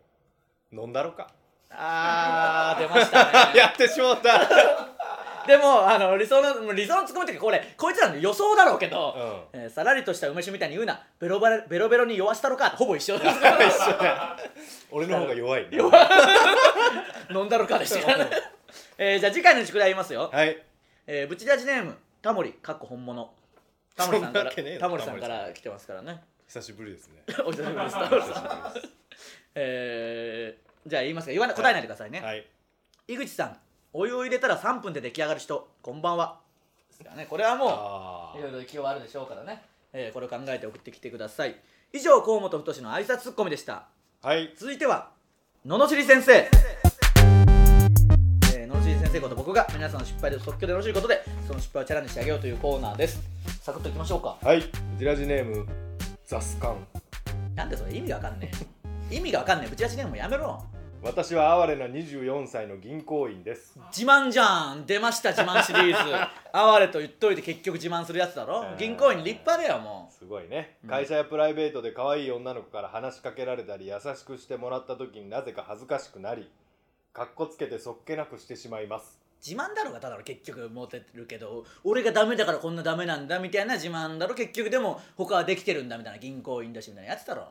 Speaker 3: 飲んだろか
Speaker 2: あ ー出ましたね
Speaker 3: やってしまった
Speaker 2: でもあの理想のもう理想のツッコミっていうかこれこいつらの予想だろうけど、
Speaker 3: う
Speaker 2: えーさらりとした梅酒みたいに言うなベロバレベロベロに酔わしたろかほぼ一緒です
Speaker 3: 俺の方が弱いね
Speaker 2: 飲んだろかでしたからね、 えーじゃあ次回の宿題言いますよ、
Speaker 3: はい
Speaker 2: えー、ブチラジネームタモリかっこ本物タモリさんか
Speaker 3: そんな
Speaker 2: ら
Speaker 3: わけねえだろ
Speaker 2: タモリさんか
Speaker 3: タモリ
Speaker 2: ら来てますからね
Speaker 3: 久しぶりです ね
Speaker 2: お久しぶりですタモリさん、えーじゃあ言いますか言わな答えないでくださいね、
Speaker 3: はい
Speaker 2: 井口さんお湯を入れたら3分で出来上がる人こんばんはですからねこれはもう
Speaker 3: あ
Speaker 2: いろいろ気はあるでしょうからね、えーこれを考えて送ってきてください以上河本太の挨拶ツッコミでした
Speaker 3: あはい
Speaker 2: 続いては罵り先生えー罵り先生こと僕が皆さんの失敗で即興で罵ることでその失敗をチャラにしてあげようというコーナーですサクッといきましょうか
Speaker 3: はいこちらジネームザスカン
Speaker 2: なんでそれ意味がわかんねえ意味がわかんねえぶち出しねえもうやめろ
Speaker 3: 私は哀れな24歳の銀行員です
Speaker 2: 自慢じゃん出ました自慢シリーズ哀れと言っといて結局自慢するやつだろ
Speaker 3: うん
Speaker 2: 銀行員立派だよも
Speaker 3: すごいね
Speaker 2: うん
Speaker 3: 会社やプライベートで可愛い女の子から話しかけられたり優しくしてもらった時になぜか恥ずかしくなりかっこつけてそっけなくしてしまいます
Speaker 2: う自慢だろうがただろ結局モテるけど俺がダメだからこんなダメなんだみたいな自慢だろ結局でも他はできてるんだみたいな銀行員だしみたいなやつだろ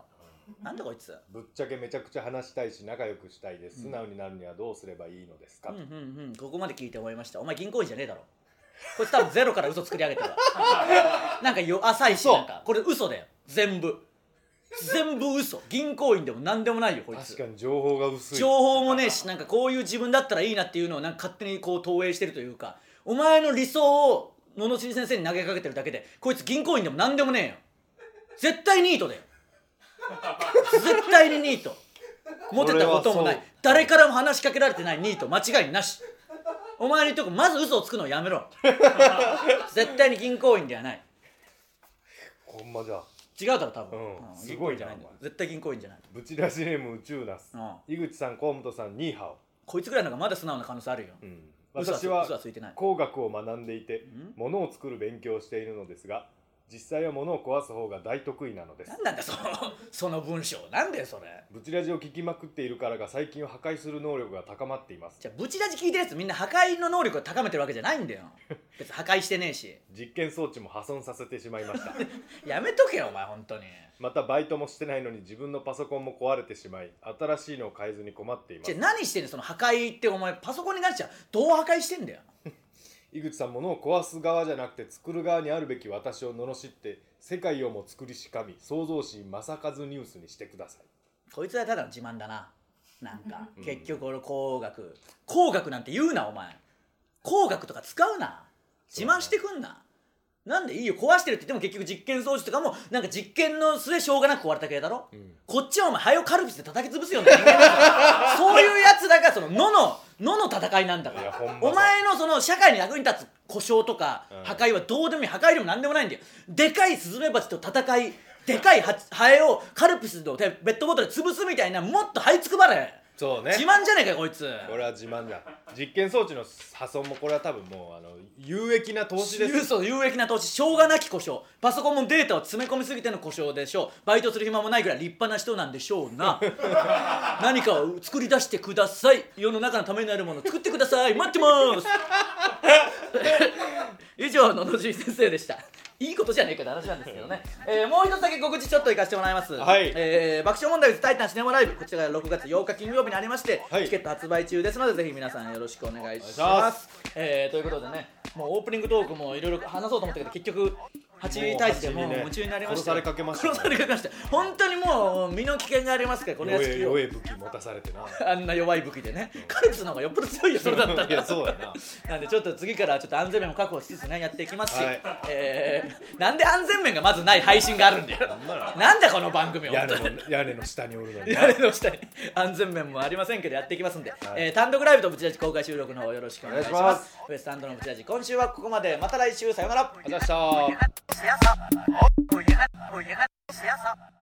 Speaker 2: なんだこいつ
Speaker 3: ぶっちゃけめちゃくちゃ話したいし仲良くしたいです
Speaker 2: うん
Speaker 3: 素直になるにはどうすればいいのです
Speaker 2: う
Speaker 3: か、
Speaker 2: んうんうんここまで聞いて思いましたお前銀行員じゃねえだろこいつ多分ゼロから嘘作り上げてるわ なんかよ浅いし
Speaker 3: そう
Speaker 2: なんかこれ嘘だよ全部全部嘘銀行員でも何でもないよこいつ
Speaker 3: 確かに情報が薄い
Speaker 2: 情報もねえしなんかこういう自分だったらいいなっていうのをなんか勝手にこう投影してるというかお前の理想を罵り先生に投げかけてるだけでこいつ銀行員でも何でもねえよ絶対ニートだよ絶対にニートモテたこともな
Speaker 3: 俺はそ
Speaker 2: い
Speaker 3: う
Speaker 2: 誰からも話しかけられてないニート間違いなしお前にとこまず嘘をつくのをや めろ絶対に銀行員ではない
Speaker 3: ほんまじゃ
Speaker 2: 違うだろ多分、
Speaker 3: うん
Speaker 2: うん
Speaker 3: すご
Speaker 2: 銀行員
Speaker 3: いな
Speaker 2: じゃないんだよ
Speaker 3: お前
Speaker 2: 絶対銀行員じゃない、
Speaker 3: ぶち出しネーム宇宙ナス
Speaker 2: うん、
Speaker 3: 井口さん河本さんニーハ
Speaker 2: こいつぐらいのがまだ素直な可能性あるよ、
Speaker 3: オ、うん、
Speaker 2: 嘘
Speaker 3: 私
Speaker 2: 嘘は
Speaker 3: は
Speaker 2: ついてない
Speaker 3: 工学を学んでいて
Speaker 2: ん
Speaker 3: 物を作る勉強をしているのですが実際は物を壊す方が大得意なのです
Speaker 2: なんなんだその その文章なんだよそれ
Speaker 3: ブチラジを聞きまくっているからが最近は破壊する能力が高まっています
Speaker 2: じゃあブチラジ聞いてるやつみんな破壊の能力を高めてるわけじゃないんだよ別に破壊してねえし
Speaker 3: 実験装置も破損させてしまい ました
Speaker 2: やめとけよお前本当に
Speaker 3: またバイトもしてないのに自分のパソコンも壊れてしまい新しいのを買えずに困っていま
Speaker 2: じゃ
Speaker 3: す
Speaker 2: あ何してんのその破壊ってお前パソコンに関してはどう破壊してんだよ
Speaker 3: 井口さん物を壊す側じゃなくて作る側にあるべき私を罵って世界をも作りしかみ創造神正和ニュースにしてください
Speaker 2: こいつはただの自慢だななんか
Speaker 3: うん
Speaker 2: 結局俺工学工学なんて言うなお前工学とか使うな
Speaker 3: そ
Speaker 2: 自
Speaker 3: うだね
Speaker 2: 慢してくんな、なんでいいよ壊してるって言っても結局実験装置とかもなんか実験の末しょうがなく壊れた系だろ、
Speaker 3: ん
Speaker 2: こっちはお前ハエをカルピスで叩き潰すような人間だからそういうやつだからその野の野の戦いなんだか
Speaker 3: いや
Speaker 2: ら
Speaker 3: ほんまそう
Speaker 2: お前のその社会に役に立つ故障とか
Speaker 3: うん
Speaker 2: 破壊はどうでもいい破壊でも何でもないんだよでかいスズメバチと戦いでかいハハエをカルピスのペットボトルで潰すみたいなもっと這いつくばれ
Speaker 3: そうね
Speaker 2: 自慢じゃねえかよこいつ
Speaker 3: これは自慢だ実験装置の破損もこれは多分もうあの有益な投資です
Speaker 2: 有そう有益な投資しょうがなき故障パソコンもデータを詰め込みすぎての故障でしょうバイトする暇もないぐらい立派な人なんでしょう な何かを作り出してください世の中のためになるものを作ってください待ってます 以上ののじい先生でしたいいことじゃねえかって話なんですけどね、えーもう一つだけ告知ちょっと行かせてもらいます、
Speaker 3: はい
Speaker 2: えー爆笑問題ズタイタンシネマライブこちらが6月8日金曜日にありまして、
Speaker 3: はい
Speaker 2: チケット発売中ですのでぜひ皆さんよろしくお願いし
Speaker 3: お願いし
Speaker 2: ま
Speaker 3: ます
Speaker 2: すえーということでねもうオープニングトークもいろいろ話そうと思ったけど結局8対1でも
Speaker 3: も
Speaker 2: う
Speaker 3: う
Speaker 2: 夢中になりました
Speaker 3: 殺されかけましたね
Speaker 2: 殺されかけました本当にもう身の危険がありますからこの屋
Speaker 3: 弱え
Speaker 2: 敷
Speaker 3: 弱
Speaker 2: を
Speaker 3: え武器持たされてな
Speaker 2: あんな弱い武器でねカルピスの方がよっぽど強いよそれだったら
Speaker 3: いやそうやな
Speaker 2: なんでちょっと次からはちょっと安全面も確保しつつねやっていきますし、
Speaker 3: はい
Speaker 2: えーなんで安全面がまずない配信があるんだよなんだこの番組は
Speaker 3: 屋
Speaker 2: 本当
Speaker 3: 根
Speaker 2: に
Speaker 3: の屋根の下におるのに
Speaker 2: 屋根の下に安全面もありませんけどやっていきますんで、えー単独ライブとブチラジ公開収録の方よろしくお願いします
Speaker 3: お願いします
Speaker 2: ウエストランドのブチラジ今週はここまでまた来週さようなら
Speaker 3: あざっしたー
Speaker 4: siyasa. Oh, you had, oh, you had siyasa.